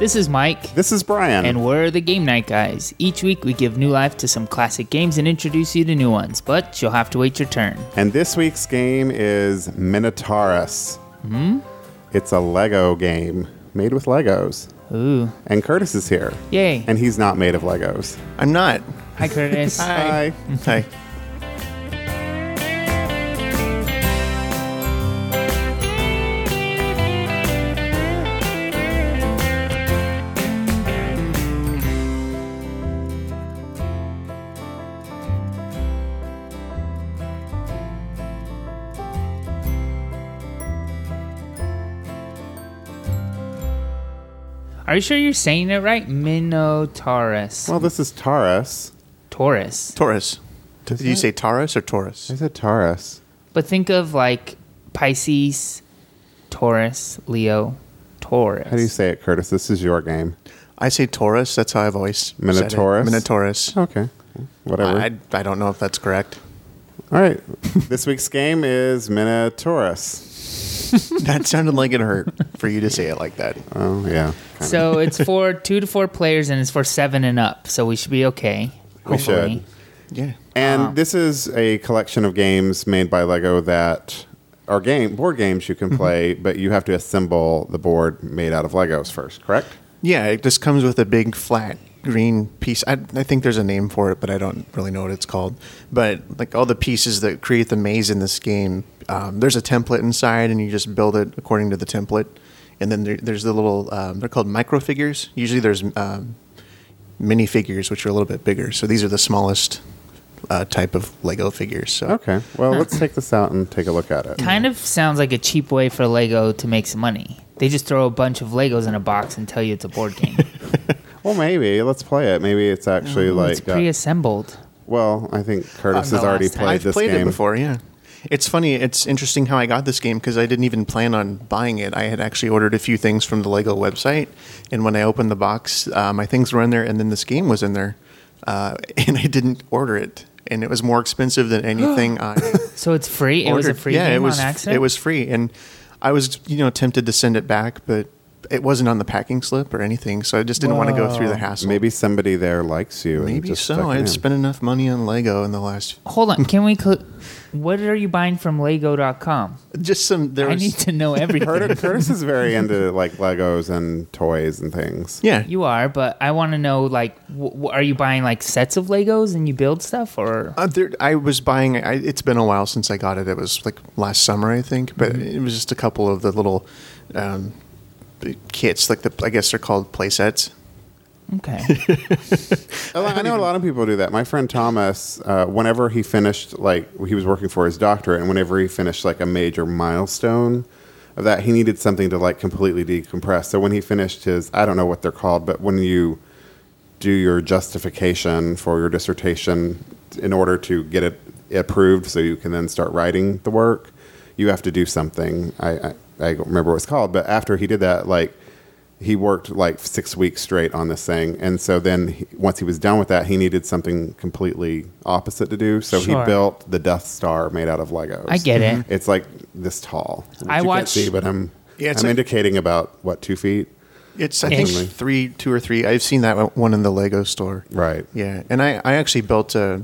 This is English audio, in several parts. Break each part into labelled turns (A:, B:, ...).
A: This is Mike.
B: This is Brian.
A: And we're the Game Night Guys. Each week we give new life to some classic games and introduce you to new ones, but you'll have to wait your turn.
B: And this week's game is Minotaurus. Hmm? It's a Lego game made with Legos.
A: Ooh.
B: And Curtis is here.
A: Yay.
B: And he's not made of Legos.
C: I'm not.
A: Hi, Curtis.
B: Hi.
C: Hi.
A: Are you sure you're saying it right? Minotaurus.
B: Well, this is Taurus.
A: Taurus.
C: Taurus. Did you
B: it?
C: say Taurus or Taurus?
B: I said Taurus.
A: But think of like Pisces, Taurus, Leo, Taurus.
B: How do you say it, Curtis? This is your game.
C: I say Taurus. That's how I've always
B: Minotaurus?
C: Said it. Minotaurus.
B: Okay. Whatever.
C: I, I don't know if that's correct.
B: All right. this week's game is Minotaurus.
C: that sounded like it hurt for you to say it like that.
B: Oh, yeah. Kinda.
A: so it's for two to four players and it's for seven and up, so we should be okay.
B: We should.
A: hopefully.
C: Yeah.
B: And this is a collection of games made by Lego that are game board games you
C: Mm-hmm.
B: can play, but you have to assemble the board made out of Legos first, correct?
C: Yeah, it just comes with a big flat green piece. I, I think there's a name for it, but I don't really know what it's called. But like all the pieces that create the maze in this game, um, there's a template inside, and you just build it according to the template. And then there, there's the little um, they're called micro figures. Usually there's um, mini figures, which are a little bit bigger. So these are the smallest uh, type of Lego figures. So
B: Okay. Well, let's take this out and take a look at it.
A: Kind of sounds like a cheap way for Lego to make some money. They just throw a bunch of Legos in a box and tell you it's a board game.
B: Well, maybe let's play it. Maybe it's actually
C: Oh,
B: like
A: it's
B: uh,
A: pre-assembled.
B: well, I think Curtis
A: Uh,
B: has
A: the
B: already
A: last time.
B: played
C: I've
B: this
C: played
B: game
C: it before, yeah. It's funny. It's interesting how I got this game because I didn't even plan on buying it. I had actually ordered a few things from the Lego website, and when I opened the box, uh, my things were in there, and then this game was in there, uh, and I didn't order it, and it was more expensive than anything I
A: So it's free. It was a
C: ordered.
A: free
C: yeah,
A: game
C: it was
A: on accident.
C: it was free, and I was you know tempted to send it back, but it wasn't on the packing slip or anything, so I just didn't want to go through the hassle.
B: Maybe somebody there likes you. and
C: Maybe
B: just
C: so.
B: stuck it in.
C: I'd spent enough money on Lego in the last
A: Hold on. Can we? Cl- what are you buying from Lego.com?
C: just some. There
A: I
C: was,
A: need to know everything.
B: Curtis, Curtis is very into like Legos and toys and things.
C: yeah,
A: you are, but I want to know. Like, w- w- are you buying like sets of Legos and you build stuff, or
C: Uh, there, I was buying. I, it's been a while since I got it. It was like last summer, I think. But
A: Mm-hmm.
C: it was just a couple of the little um, b- kits, like the I guess they're called play sets.
A: okay?
B: A lot- Oh, I know a lot of people do that. My friend Thomas, uh, whenever he finished, like he was working for his doctorate, and whenever he finished like a major milestone of that, he needed something to like completely decompress. So when he finished his, I don't know what they're called, but when you do your justification for your dissertation in order to get it approved, so you can then start writing the work, you have to do something. I I, I don't remember what it's called, but after he did that, like he worked like six weeks straight on this thing, and so then he, once he was done with that, he needed something completely opposite to do. So
A: Sure.
B: he built the Death Star made out of Legos.
A: I get it.
B: It's like this tall. which
A: I
B: you
A: watch-
B: can't see, but I'm
C: Yeah, it's
B: I'm
C: a-
B: indicating about what two feet,
C: It's I think
A: Ish.
C: three, two or three. I've seen that one in the Lego store.
B: right?
C: Yeah, and I, I actually built a,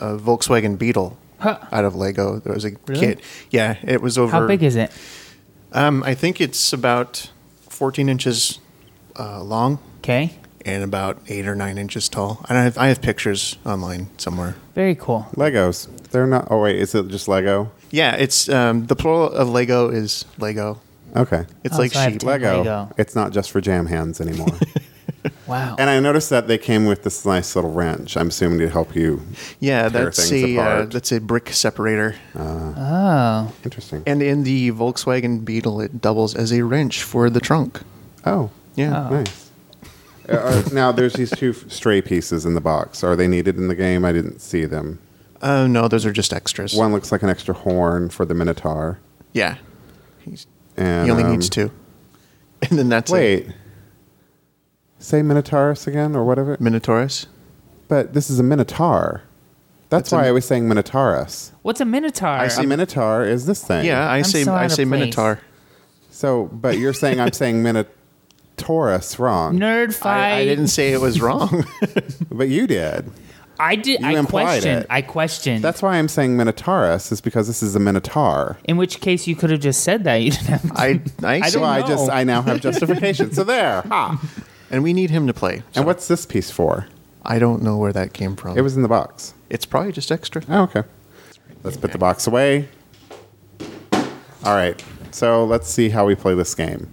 C: a Volkswagen Beetle
A: Huh.
C: out of Lego. There was a
A: Really?
C: kit. Yeah, it was over.
A: How big is it?
C: Um, I think it's about fourteen inches uh, long.
A: Okay,
C: and about eight or nine inches tall. And I have, I have pictures online somewhere.
A: very cool.
B: Legos. They're not. Oh wait, is it just Lego?
C: Yeah, it's um, the plural of Lego is Lego.
B: Okay.
C: It's
A: Oh,
C: like
A: so I have
C: sheep.
A: two.
B: Lego.
A: Lego.
B: It's not just for jam hands anymore.
A: Wow.
B: and I noticed that they came with this nice little wrench. I'm assuming to help you.
C: Yeah,
B: Tear
C: that's
B: things
C: a uh,
B: apart.
C: that's a brick separator.
A: oh,
B: Interesting.
C: And in the Volkswagen Beetle, it doubles as a wrench for the trunk.
B: Oh,
C: Yeah.
B: nice. Uh, are- now there's these two f- stray pieces in the box. Are they needed in the game? I didn't see them.
C: Oh no, those are just extras.
B: One looks like an extra horn for the Minotaur.
C: Yeah, He's,
B: And,
C: he only
B: um,
C: needs two. And then that's it.
B: Wait. Say Minotaurus again or whatever.
C: Minotaurus.
B: But this is a Minotaur. That's
C: It's a
B: why I
C: mi-
B: was saying Minotaurus.
A: what's a minotaur?
B: I see Minotaur is this thing.
C: Yeah, I
A: I'm
C: say
A: so out
C: I
A: of
C: say
A: place.
C: Minotaur.
B: So, but you're saying I'm saying Minotaur. Taurus wrong,
A: Nerd fight.
C: I, I didn't say it was wrong.
B: but you did.
A: I did.
B: You
A: I
B: implied
A: questioned.
B: it.
A: I questioned.
B: That's why I'm saying Minotaurus is because this is a Minotaur.
A: In which case, you could have just said that. You didn't have. To.
C: I, I,
A: I
B: So
A: don't
B: I
A: know.
B: just I now have justification. so there. Ha.
C: and we need him to play. So
B: And what's this piece for?
C: I don't know where that came from.
B: It was in the box.
C: It's probably just extra.
B: Oh, okay. Let's put the box away. All right. So let's see how we play this game.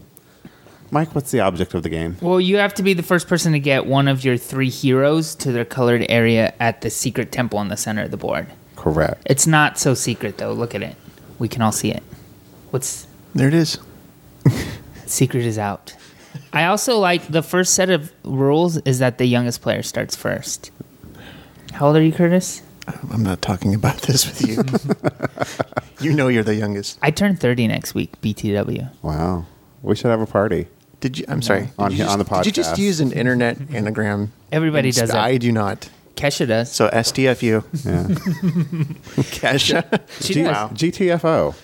B: Mike, what's the object of the game?
A: Well, you have to be the first person to get one of your three heroes to their colored area at the secret temple in the center of the board.
B: Correct.
A: It's not so secret though. Look at it. We can all see it. What's
C: There it is.
A: secret is out. I also like the first set of rules is that the youngest player starts first. How old are you, Curtis?
C: I'm not talking about this with you. you know you're the youngest.
A: I turn 30 next week, BTW.
B: Wow. We should have a party.
C: Did you? I'm sorry. Did
B: On
C: you
B: he-
C: just-
B: on the
C: Did you just
B: podcast.
C: use an internet anagram?
A: Everybody does it.
C: I do not.
A: Kesha does.
C: So STFU.
B: Yeah.
C: Kesha.
A: She
B: G-
A: does.
B: GTFO.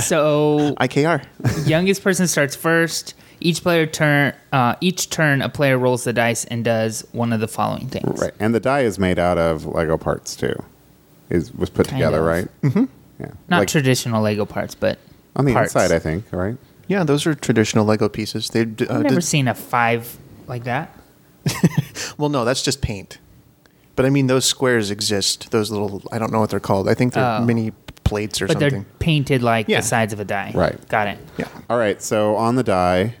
A: So
C: IKR.
A: youngest person starts first. Each player turn uh, each turn a player rolls the dice and does one of the following things.
B: Right. And the die is made out of Lego parts too. Is was put
A: Kind
B: together,
A: of.
B: right? Mm-hmm. Yeah.
A: Not
B: Like,
A: traditional Lego parts, but
B: on the
A: parts.
B: inside, I think, right?
C: Yeah, those are traditional Lego pieces. They d- uh,
A: I've never
C: did,
A: seen a five like that.
C: well, no, that's just paint. But I mean, those squares exist. Those little I don't know what they're called. I think they're
A: Oh.
C: mini plates or
A: But
C: something.
A: they're painted like
C: Yeah.
A: the sides of a die.
B: Right.
A: Got it.
C: Yeah.
B: All right. So on the die,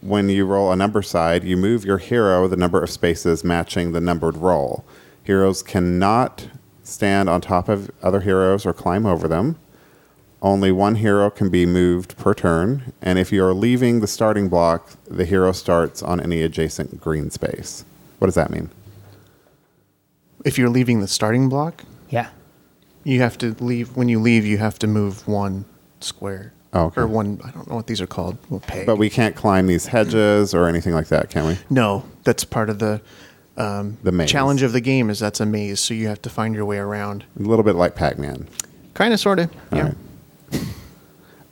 B: when you roll a number side, you move your hero the number of spaces matching the numbered roll. Heroes cannot stand on top of other heroes or climb over them. Only one hero can be moved per turn, and if you are leaving the starting block, the hero starts on any adjacent green space. What does that mean?
C: If you're leaving the starting block,
A: Yeah.
C: you have to leave. When you leave, you have to move one square.
B: Oh, okay.
C: Or one. I don't know what these are called. We'll pay.
B: But we can't climb these hedges or anything like that, can we?
C: no, that's part of the um,
B: The maze.
C: challenge of the game. Is that's a maze, so you have to find your way around.
B: A little bit like Pac Man.
C: Kind of, sort of. Yeah.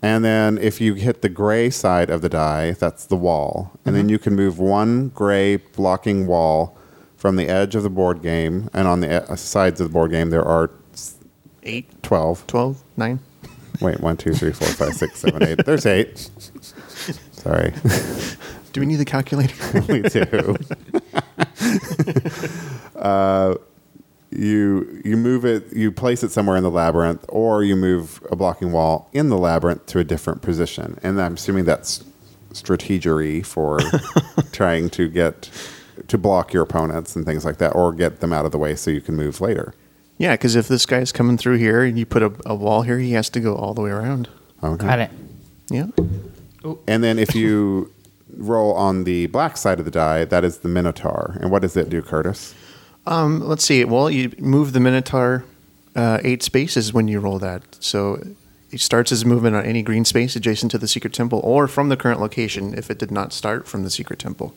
B: And then if you hit the gray side of the die, that's the wall. And then you can move one gray blocking wall from the edge of the board game. And on the e- sides of the board game, there are s-
C: Eight,
B: 12.
C: twelve, nine.
B: Wait, one, two, three, four, five, six, seven, eight. There's eight. Sorry.
C: Do we need the calculator?
B: we do. uh, you you move it, you place it somewhere in the labyrinth, or you move a blocking wall in the labyrinth to a different position. And I'm assuming that's strategery for trying to get to block your opponents and things like that, or get them out of the way so you can move later.
C: yeah, because if this guy's coming through here and you put a, a wall here, he has to go all the way around.
B: Okay.
A: Got it.
C: Yeah.
B: And then if you roll on the black side of the die, that is the Minotaur. And what does it do, Curtis?
C: Um, let's see. Well, you move the Minotaur uh, eight spaces when you roll that. So it starts his movement on any green space adjacent to the secret temple or from the current location if it did not start from the secret temple.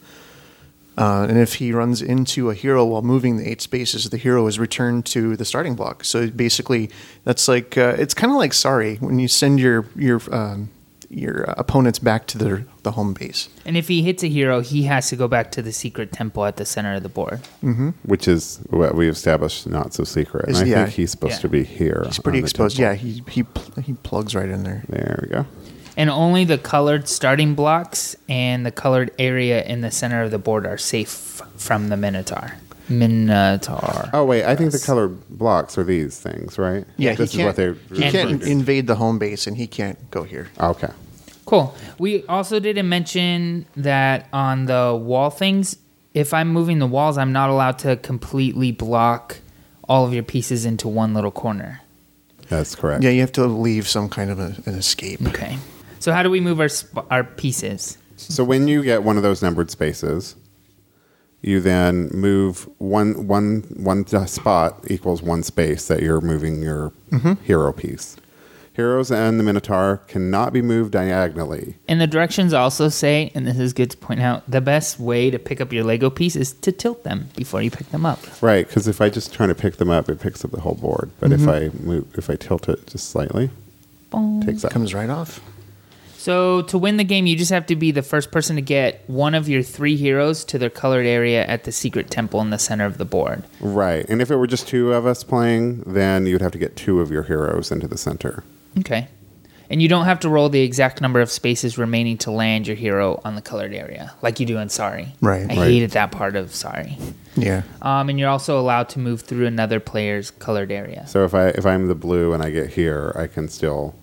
C: Uh, and if he runs into a hero while moving the eight spaces, the hero is returned to the starting block. So basically, that's like uh, it's kind of like sorry when you send your your um, your opponents back to their the home base.
A: And if he hits a hero, he has to go back to the secret temple at the center of the board.
B: which is what we established not so secret. And
C: Is-
B: I
C: yeah.
B: think he's supposed
A: Yeah.
B: to be here.
C: He's pretty
B: on the
C: exposed.
B: temple.
C: Yeah, he he pl- he plugs right in there.
B: There we go.
A: And only the colored starting blocks and the colored area in the center of the board are safe from the Minotaur. Minotaur.
B: Oh wait, I think the color blocks are these things, right?
C: Yeah,
B: this
C: he
B: is what they.
C: can't- He can't
A: referred
C: invade the home base, and he can't go here.
B: Okay.
A: Cool. We also didn't mention that on the wall things, if I'm moving the walls, I'm not allowed to completely block all of your pieces into one little corner.
B: That's correct.
C: Yeah, you have to leave some kind of a, an escape.
A: Okay. So how do we move our sp- our pieces?
B: So when you get one of those numbered spaces, you then move one one one spot equals one space that you're moving your
C: Mm-hmm.
B: hero piece. Heroes and the Minotaur cannot be moved diagonally.
A: And the directions also say, and this is good to point out, the best way to pick up your Lego piece is to tilt them before you pick them up.
B: Right, because if I just try to pick them up, it picks up the whole Mm-hmm. board. But if I move, if I tilt it just slightly,
A: Boom.
B: takes up.
C: Comes right off.
A: So to win the game, you just have to be the first person to get one of your three heroes to their colored area at the secret temple in the center of the board.
B: Right. And if it were just two of us playing, then you would have to get two of your heroes into the center.
A: Okay. And you don't have to roll the exact number of spaces remaining to land your hero on the colored area, like you do in Sorry.
C: Right.
A: I
B: Right.
A: hated that part of Sorry.
C: Yeah.
A: Um, and you're also allowed to move through another player's colored area.
B: So if I if I'm the blue and I get here, I can still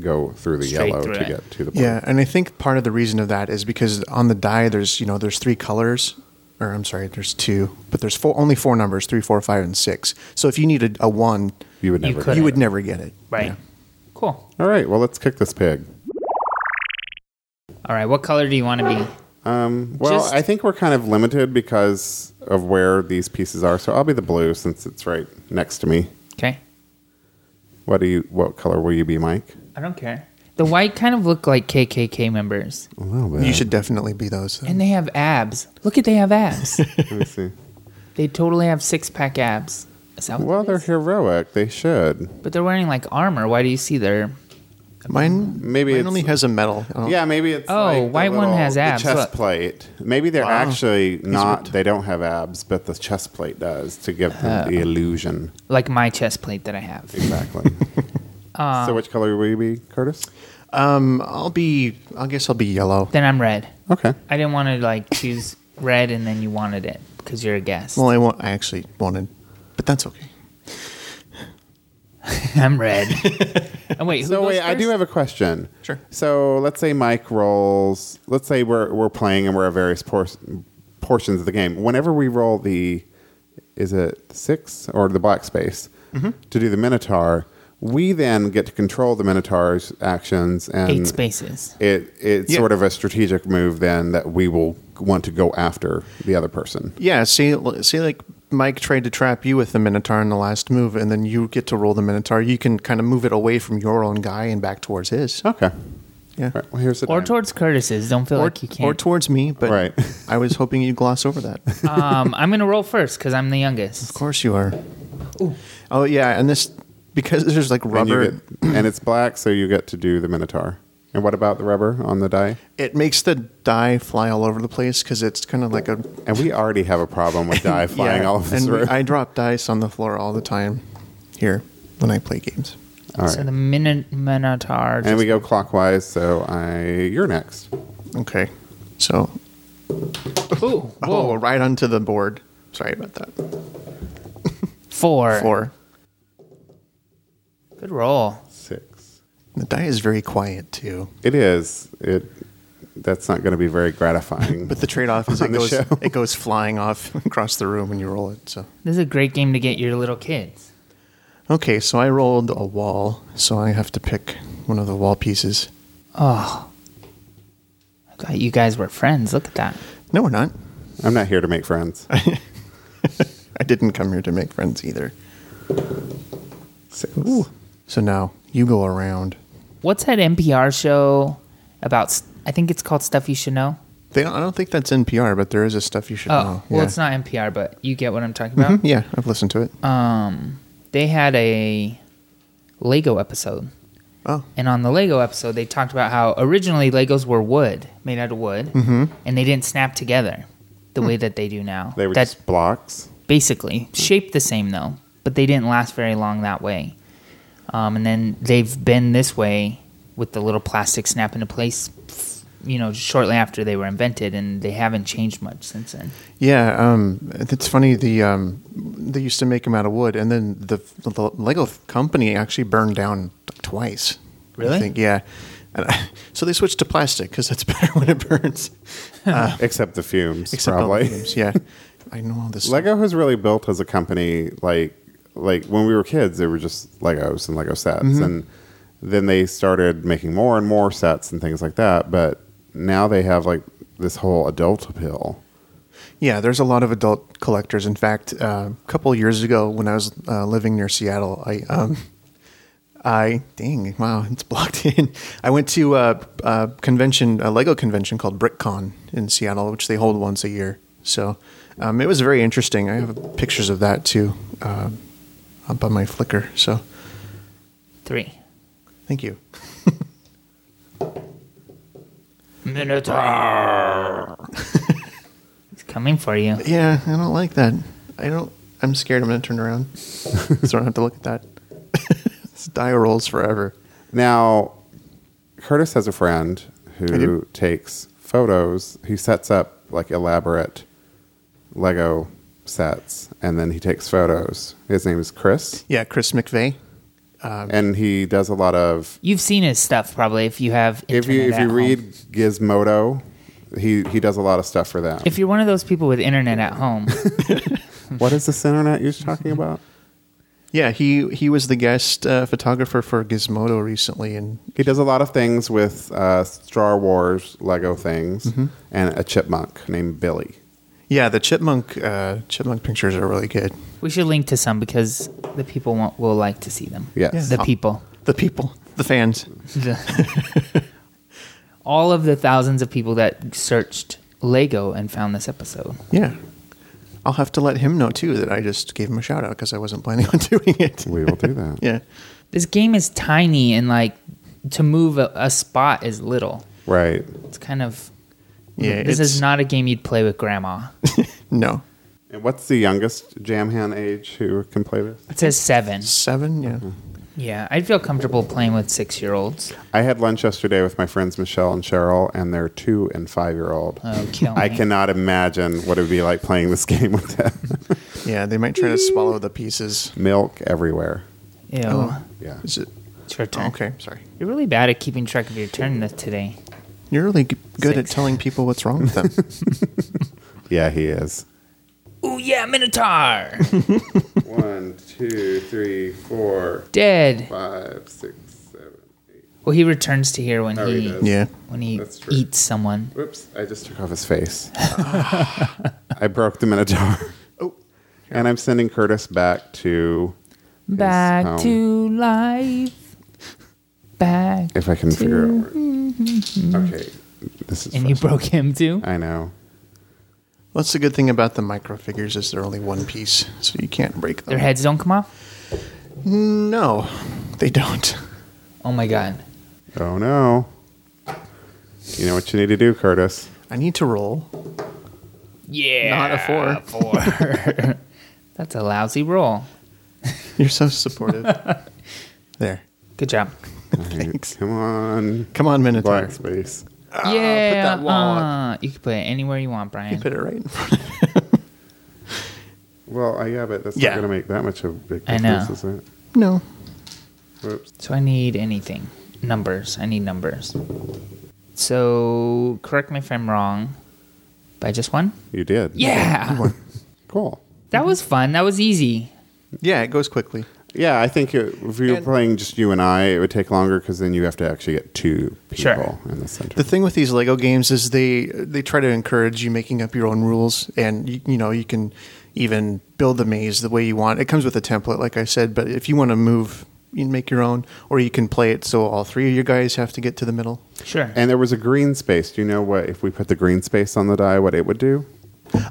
B: go through the
A: Straight
B: yellow
A: through
B: to
A: it.
B: get to the blue.
C: Yeah, and I think part of the reason of that is because on the die, there's you know there's three colors, or I'm sorry, there's two, but there's four, only four numbers: three, four, five, and six. So if you needed a one,
B: You would
A: You
B: never.
A: couldn't.
B: get
C: you
B: it.
C: would never get it.
A: Right.
C: Yeah.
A: Cool.
B: All right. Well, let's kick this pig.
A: All right. What color do you want to be?
B: Um, well,
A: Just-
B: I think we're kind of limited because of where these pieces are. So I'll be the blue since it's right next to me.
A: Okay.
B: What do you? What color will you be, Mike?
A: I don't care. The white kind of look like KKK members,
B: A little bit.
C: You should definitely be those.
A: and they have abs. Look at they have abs.
B: Let me see.
A: they totally have six pack abs. Is that what
B: Well,
A: it
B: they're
A: is?
B: heroic. They should.
A: but they're wearing like armor. Why do you see their?
C: Mine
B: Maybe
C: mine
B: it's-
C: only has a metal. I don't-
B: Yeah, maybe it's.
A: Oh,
B: like the
A: white one
B: little-
A: has
B: the
A: abs,
B: chest
A: look.
B: plate. Maybe they're
C: Wow.
B: actually not.
C: ripped.
B: They don't have abs, but the chest plate does to give them the illusion.
A: Like my chest plate that I have.
B: Exactly.
A: Uh,
B: so, which color will you be, Curtis?
C: Um, I'll be. I guess I'll be yellow.
A: Then I'm red.
B: Okay.
A: I didn't want to like choose red, and then you wanted it because you're a guest.
C: Well, I want. I actually wanted, but that's okay.
A: I'm red. oh wait. Who
B: So
A: goes
B: wait, I
A: first?
B: do have a question.
C: Sure.
B: So let's say Mike rolls. Let's say we're we're playing and we're at various por- portions of the game. Whenever we roll the, is it six or the black space
A: Mm-hmm.
B: to do the Minotaur, we then get to control the Minotaur's actions and
A: eight spaces.
B: It it's
C: Yeah.
B: sort of a strategic move then that we will want to go after the other person.
C: Yeah. See, see, like Mike tried to trap you with the Minotaur in the last move, and then you get to roll the Minotaur. You can kind of move it away from your own guy and back towards his.
B: Okay.
C: Yeah.
B: All Oh, right, well, here's the
A: Or
B: dime.
A: towards Curtis's. Don't feel
C: Or,
A: like you can't.
C: or towards me, but
B: Right.
C: I was hoping you'd gloss over that. of
A: um, I'm gonna roll first because I'm the youngest.
C: course you are. Oh yeah, and this because there's like
B: and, you
C: rubber,
B: get- and it's black, so you get to do the Minotaur. And what about the rubber on the die?
C: it makes the die fly all over the place because it's kind of like a
B: And we already have a problem with die flying
C: Yeah,
B: all of this
C: and we-
B: room.
C: I drop dice on the floor all the time here when I play games.
B: all
A: So
B: right.
A: the Min- Minotaur.
B: and
A: just-
B: we go clockwise, so I you're next.
C: Okay, so
A: Ooh, whoa.
C: oh, right onto the board. Sorry about that.
A: Four.
C: Four.
A: Good roll.
B: Six.
C: The die is very quiet too,
B: It is. It that's not gonna be very gratifying.
C: but the trade-off is it
B: On the
C: goes
B: show.
C: it goes flying off across the room when you roll it. So
A: This is a great game to get your little kids.
C: okay, so I rolled a wall, so I have to pick one of the wall pieces.
A: Oh. I thought you guys were friends. Look at that.
C: No, we're not.
B: I'm not here to make friends.
C: I didn't come here to make friends either.
B: Six.
C: So now you go around.
A: What's that NPR show about? s- I think it's called Stuff You Should Know.
C: They, I don't think that's NPR, but there is a stuff you should
A: Oh,
C: know.
A: well,
C: Uh-huh. Yeah. Mm-hmm.
A: it's not NPR, but you get what I'm talking
B: Mm-hmm.
A: about.
C: Yeah, I've listened to it.
A: Um, they had a Lego episode.
C: oh,
A: And on the Lego episode, they talked about how originally Legos were wood, made out of wood,
B: Mm-hmm.
A: and they didn't snap together the way that they do now.
B: Hmm. They were
A: That's
B: just Hmm. blocks.
A: basically shaped the same though, but they didn't last very long that way. Um, and then they've been this way with the little plastic snap into place, you know, shortly after they were invented, and they haven't changed much since then.
C: Yeah, um, it's funny. The um, they used to make them out of wood, and then the, the Lego company actually burned down twice. I
A: Really?
C: think, yeah. And I, so they switched to plastic because that's better when it burns.
B: Except the fumes,
C: Uh, Except all
B: probably.
C: the games, yeah. I know all this.
B: Lego has really built as a company. Like like when we were kids, they were just Legos and Lego sets,
C: Mm-hmm.
B: and then they started making more and more sets and things like that. But now they have like this whole adult appeal.
C: Yeah, there's a lot of adult collectors. In fact, uh, a couple of years ago, when I was uh, living near Seattle, I, um, I dang, wow, it's blocked in. I went to a, a convention, a Lego convention called BrickCon in Seattle, which they hold once a year. So um, it was very interesting. I have pictures of that too uh, up on my Flickr. So
A: Three.
C: thank you.
A: Minotaur. He's coming for you.
C: Yeah, I don't like that. I don't. I'm scared. I'm gonna turn around, so I don't have to look at that. it's die rolls forever.
B: Now, Curtis has a friend who
C: do.
B: takes photos. He sets up like elaborate Lego sets, and then he takes photos. His name is Chris,
C: Yeah, Chris McVeigh.
B: and he does a lot of.
A: You've seen his stuff probably if you have.
B: If you
A: internet
B: if
A: at
B: you
A: home.
B: read Gizmodo, he he does a lot of stuff for them.
A: if you're one of those people with internet at home,
B: what is this internet you're talking about?
C: Yeah, he he was the guest uh, photographer for Gizmodo recently, and
B: He does a lot of things with uh, Star Wars Lego things and a chipmunk named Billy.
C: yeah, the chipmunk uh, chipmunk pictures are really good.
A: we should link to some because the people want, will like to see them.
B: Yes.
A: the
B: Yeah.
A: people,
C: The people, the fans.
A: The- all of the thousands of people that searched Lego and found this episode.
C: Yeah, I'll have to let him know too that I just gave him a shout out because I wasn't planning on doing it.
B: We will do that.
C: Yeah,
A: This game is tiny and like to move a, a spot is little.
B: Right.
A: It's kind of
C: yeah.
A: this is
C: it's-
A: not a game you'd play with grandma.
C: no
B: And what's the youngest jam hand age who can play this?
A: It says seven.
C: seven. Yeah,
A: Yeah, I'd feel comfortable playing with six year olds.
B: I had lunch yesterday with my friends Michelle and Cheryl and their two and five year old.
A: Oh, kill me.
B: I cannot imagine what it would be like playing this game with them.
C: yeah. They might try to swallow the pieces.
B: Milk everywhere.
A: Ew.
C: Oh.
B: Yeah.
C: Is it?
A: It's your turn.
C: Okay, sorry.
A: You're really bad at keeping track of your turn th- today.
C: You're really g- good
A: Six.
C: at telling people what's wrong with them.
B: Yeah, he is.
A: Ooh, yeah, Minotaur!
B: One, two, three, four,
A: Dead.
B: five, six, seven, eight.
A: Well, he returns to here when
B: Oh, he
A: he,
B: does.
C: yeah.
A: when he
B: That's true.
A: eats someone.
B: Whoops, I just took off his face. I broke the Minotaur. Oh. And I'm sending Curtis back to
A: Back
B: home.
A: to life. Back.
B: if I can figure out where. Okay. This is
A: Mm-hmm. And you
B: frustrating.
A: broke him too?
B: I know.
C: What's the good thing about the micro figures is they're only one piece, so you can't break them.
A: Their heads don't come off?
C: No, they don't.
A: Oh my god.
B: Oh no. You know what you need to do, Curtis.
C: I need to roll.
A: Yeah.
C: Not a
A: four. Four. That's a lousy roll.
C: You're so supportive. there.
A: Good job.
C: Thanks.
B: Come on.
C: Come on, Minotaur.
B: Black space.
A: yeah.
C: that wall
A: uh, you can put it anywhere you want, Brian.
C: Put it right in front.
B: Well, I yeah, but that's
C: Yeah.
B: not gonna make that much of a big
A: I know.
B: difference, is it?
C: No.
B: Whoops.
A: So I need anything. Numbers. I need numbers. So correct me if I'm wrong. By just one?
B: You did.
A: Yeah.
B: Cool.
A: That was fun. That was easy.
C: Yeah, it goes quickly.
B: Yeah, I think it, if you were
C: And-
B: playing just you and I, it would take longer because then you have to actually get two people
A: Sure.
B: in the center.
C: The thing with these Lego games is they they try to encourage you making up your own rules, and you, you know you can even build the maze the way you want. It comes with a template, like I said, but if you want to move, you can make your own, or you can play it so all three of you guys have to get to the middle.
A: Sure.
B: and there was a green space. Do you know what if we put the green space on the die, what it would do?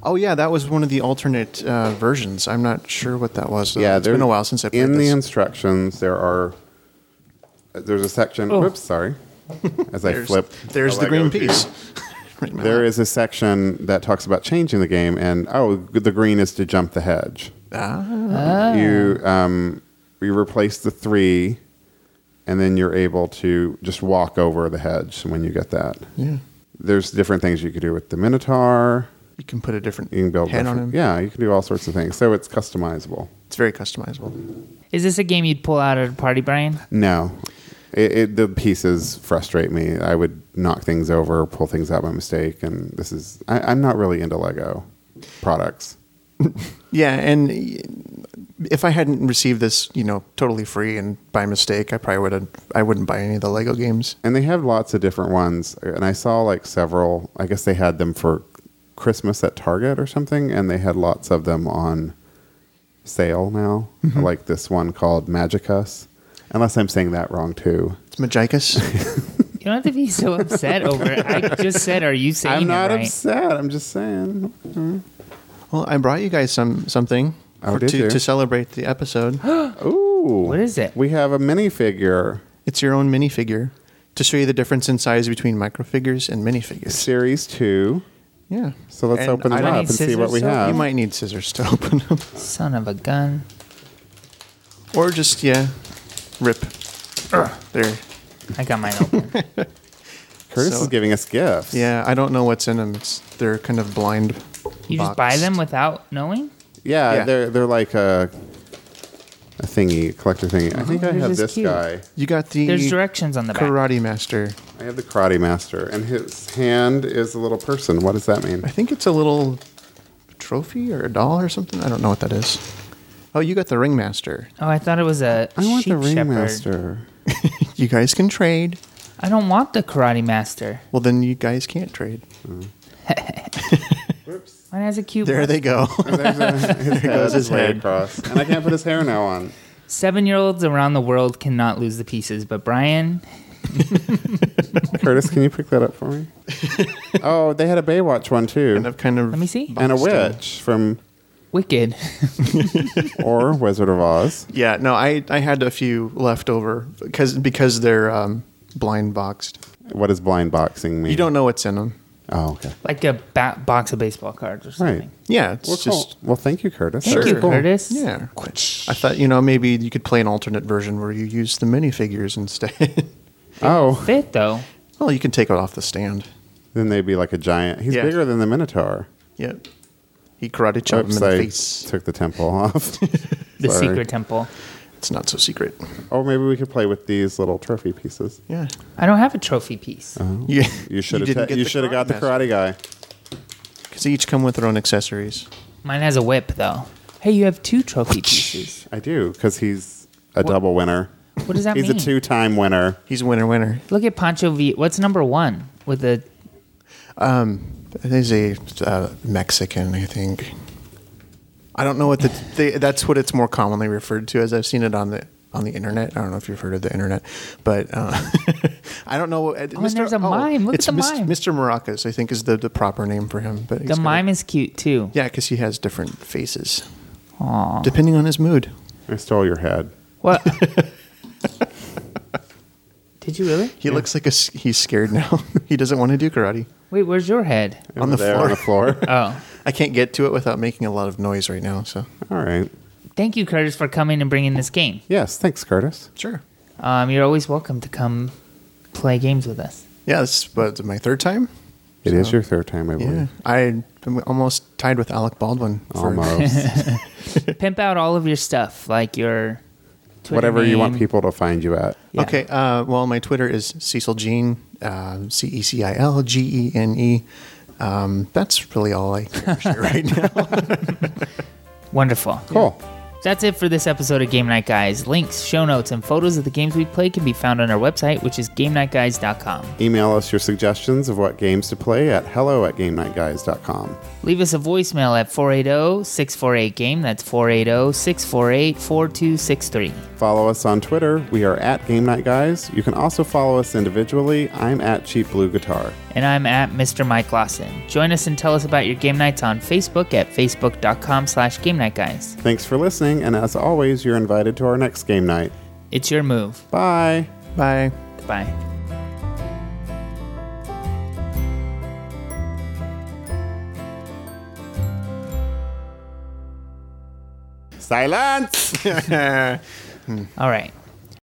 C: Oh yeah, that was one of the alternate uh, versions. I'm not sure what that was. Though.
B: yeah,
C: it's been
B: there-
C: a while since I played
B: in the
C: this.
B: instructions there are there's a section.
A: Oh.
B: Whoops, sorry. As I
C: there's
B: flip,
C: there's
B: a
C: the green
B: Lego cube.
C: piece. Uh-huh. Right in my
B: There
C: lap.
B: is a section that talks about changing the game, and oh, the green is to jump the hedge.
C: Ah.
B: You um, you replace the three, and then you're able to just walk over the hedge when you get that.
C: Yeah,
B: There's different things you could do with the Minotaur.
C: you can put a different
B: You can build
C: head on
B: different-
C: him.
B: Yeah, you can do all sorts of things. So it's customizable.
C: it's very customizable.
A: Is this a game you'd pull out at a party, Brian?
B: No, it, it, the pieces frustrate me. I would knock things over, pull things out by mistake, and this is I, I'm not really into Lego products.
C: Yeah, and y- if I hadn't received this, you know, totally free and by mistake, I probably would have. I wouldn't buy any of the Lego games.
B: and they have lots of different ones and i saw like several i guess they had them for christmas at target or something and they had lots of them on sale now like this one called magicus unless i'm saying that wrong too
C: It's Magicus.
A: You don't have to be so upset over it. I just said, are you saying
B: i'm not
A: it right?
B: upset i'm just saying
C: well, I brought you guys some something
B: Oh,
C: for-
B: did
C: to,
B: you?
C: to celebrate the episode.
B: ooh
A: What is it?
B: we have a minifigure
C: it's your own minifigure. to show you the difference in size between microfigures and minifigures.
B: Series two.
C: Yeah.
B: So let's
C: And
B: open
C: I
B: them
C: don't- e-
B: up and see what we
A: scissors, so-
B: have.
C: You might need scissors to open them,
A: Son of a gun.
C: or just yeah, rip. There.
A: I got mine open.
B: Curtis
C: So-
B: is giving us gifts.
C: Yeah, I don't know what's in them. It's they're kind of blind.
A: You just
C: boxed.
A: buy them without knowing?
B: yeah,
C: Yeah.
B: They're they're like a a thingy, a collector thingy.
C: Uh-huh.
B: I think I
A: this
B: have
A: is
B: this
A: cute.
B: guy.
C: You got the
A: There's directions on the back.
C: Karate Master.
B: I have the Karate Master, and his hand is a little person. What does that mean?
C: I think it's a little trophy or a doll or something. I don't know what that is. Oh, you got the Ringmaster.
A: Oh, I thought it was a
B: I want
A: sheep
B: the Ring
A: shepherd.
B: Master.
C: You guys can trade.
A: I don't want the karate master.
C: Well, then you guys can't trade.
B: Whoops.
A: Mine has a cute.
C: There they go.
B: There's a, his there
C: goes his head.
B: across, and I can't put his hair now on.
A: Seven-year-olds around the world cannot lose the pieces, but Brian,
B: Curtis, can you pick that up for me? oh, they had a Baywatch one too,
C: and I've kind of
A: Let me see.
B: and a
C: boxed them.
B: witch from
A: wicked.
B: or Wizard of Oz.
C: Yeah, no, I, I had a few left over because because they're um, blind boxed.
B: What does blind boxing mean?
C: You don't know what's in them.
B: Oh, okay.
A: like a bat box of baseball cards or something.
B: Right.
C: Yeah, it's
B: Well,
C: just
B: cool. well, thank you, Curtis.
A: Thank
B: That's
A: you,
B: cool.
A: Curtis.
C: yeah. I thought you know maybe you could play an alternate version where you use the minifigures instead.
B: Oh,
A: Fit though.
C: well, you can take it off the stand.
B: then they'd be like a giant. He's
C: Yeah.
B: bigger than the Minotaur.
C: Yep. He karate chopped him
B: Oops,
C: in the
B: I
C: face.
B: took the temple off.
A: The
B: Sorry.
A: secret temple.
C: It's not so secret.
B: or maybe we could play with these little trophy pieces.
C: Yeah.
A: I don't have a trophy piece.
B: Uh-huh.
C: Yeah.
B: You should have. you should have got the karate guy.
C: Because they each come with their own accessories.
A: Mine has a whip though. Hey, you have two trophy pieces.
B: I do because he's a double winner.
A: What does that
B: He's
A: mean?
B: a two-time winner.
C: He's a winner winner.
A: Look at Pancho V. What's number one with the?
C: There's a uh, Mexican, I think. I don't know what the they, that's what it's more commonly referred to as. I've seen it on the on the internet. I don't know if you've heard of the internet, but uh, I don't know. Oh,
A: and there's a mime. Look at
C: it's
A: the
C: Mis-
A: mime.
C: Mr. Maracas, I think, is the, the proper name for him. But
A: The mime is cute too.
C: yeah, because he has different faces
A: Aw.
C: depending on his mood.
B: I stole your head.
A: What? Did you really?
C: He looks like a s he's scared now. he doesn't want to do karate.
A: Wait, where's your head?
C: On the
B: There,
C: floor.
B: On the floor.
A: Oh,
C: I can't get to it without making a lot of noise right now. So
B: All right.
A: thank you, Curtis, for coming and bringing this game.
B: Yes. Thanks, Curtis.
C: sure.
A: Um, you're always welcome to come play games with us.
C: Yeah, this is what, my third time.
B: It is your third time, I
C: Yeah,
B: believe.
C: I am almost tied with Alec Baldwin. For,
B: Almost.
A: Pimp out all of your stuff, like your Twitter
B: Whatever you want
A: name.
B: people to find you at.
A: Yeah.
C: Okay. Uh, well, my Twitter is Cecil Gene, uh, C E C I L G E N E. Um, that's really all I care to share right now.
A: Wonderful.
B: Cool.
A: That's it for this episode of Game Night Guys. Links, show notes, and photos of the games we play can be found on our website, which is GameNightGuys.com.
B: Email us your suggestions of what games to play at hello at GameNightGuys.com.
A: Leave us a voicemail at oh, 480 648 Game. That's oh, 480 648 4263.
B: Follow us on Twitter. We are at Game Night Guys. You can also follow us individually. I'm at Cheap Blue Guitar.
A: and I'm at Mr. Mike Lawson. Join us and tell us about your game nights on Facebook at facebook.com slash game night guys.
B: Thanks for listening, and as always, you're invited to our next game night.
A: It's your move.
B: Bye.
C: Bye.
A: Bye.
B: Silence!
A: All right.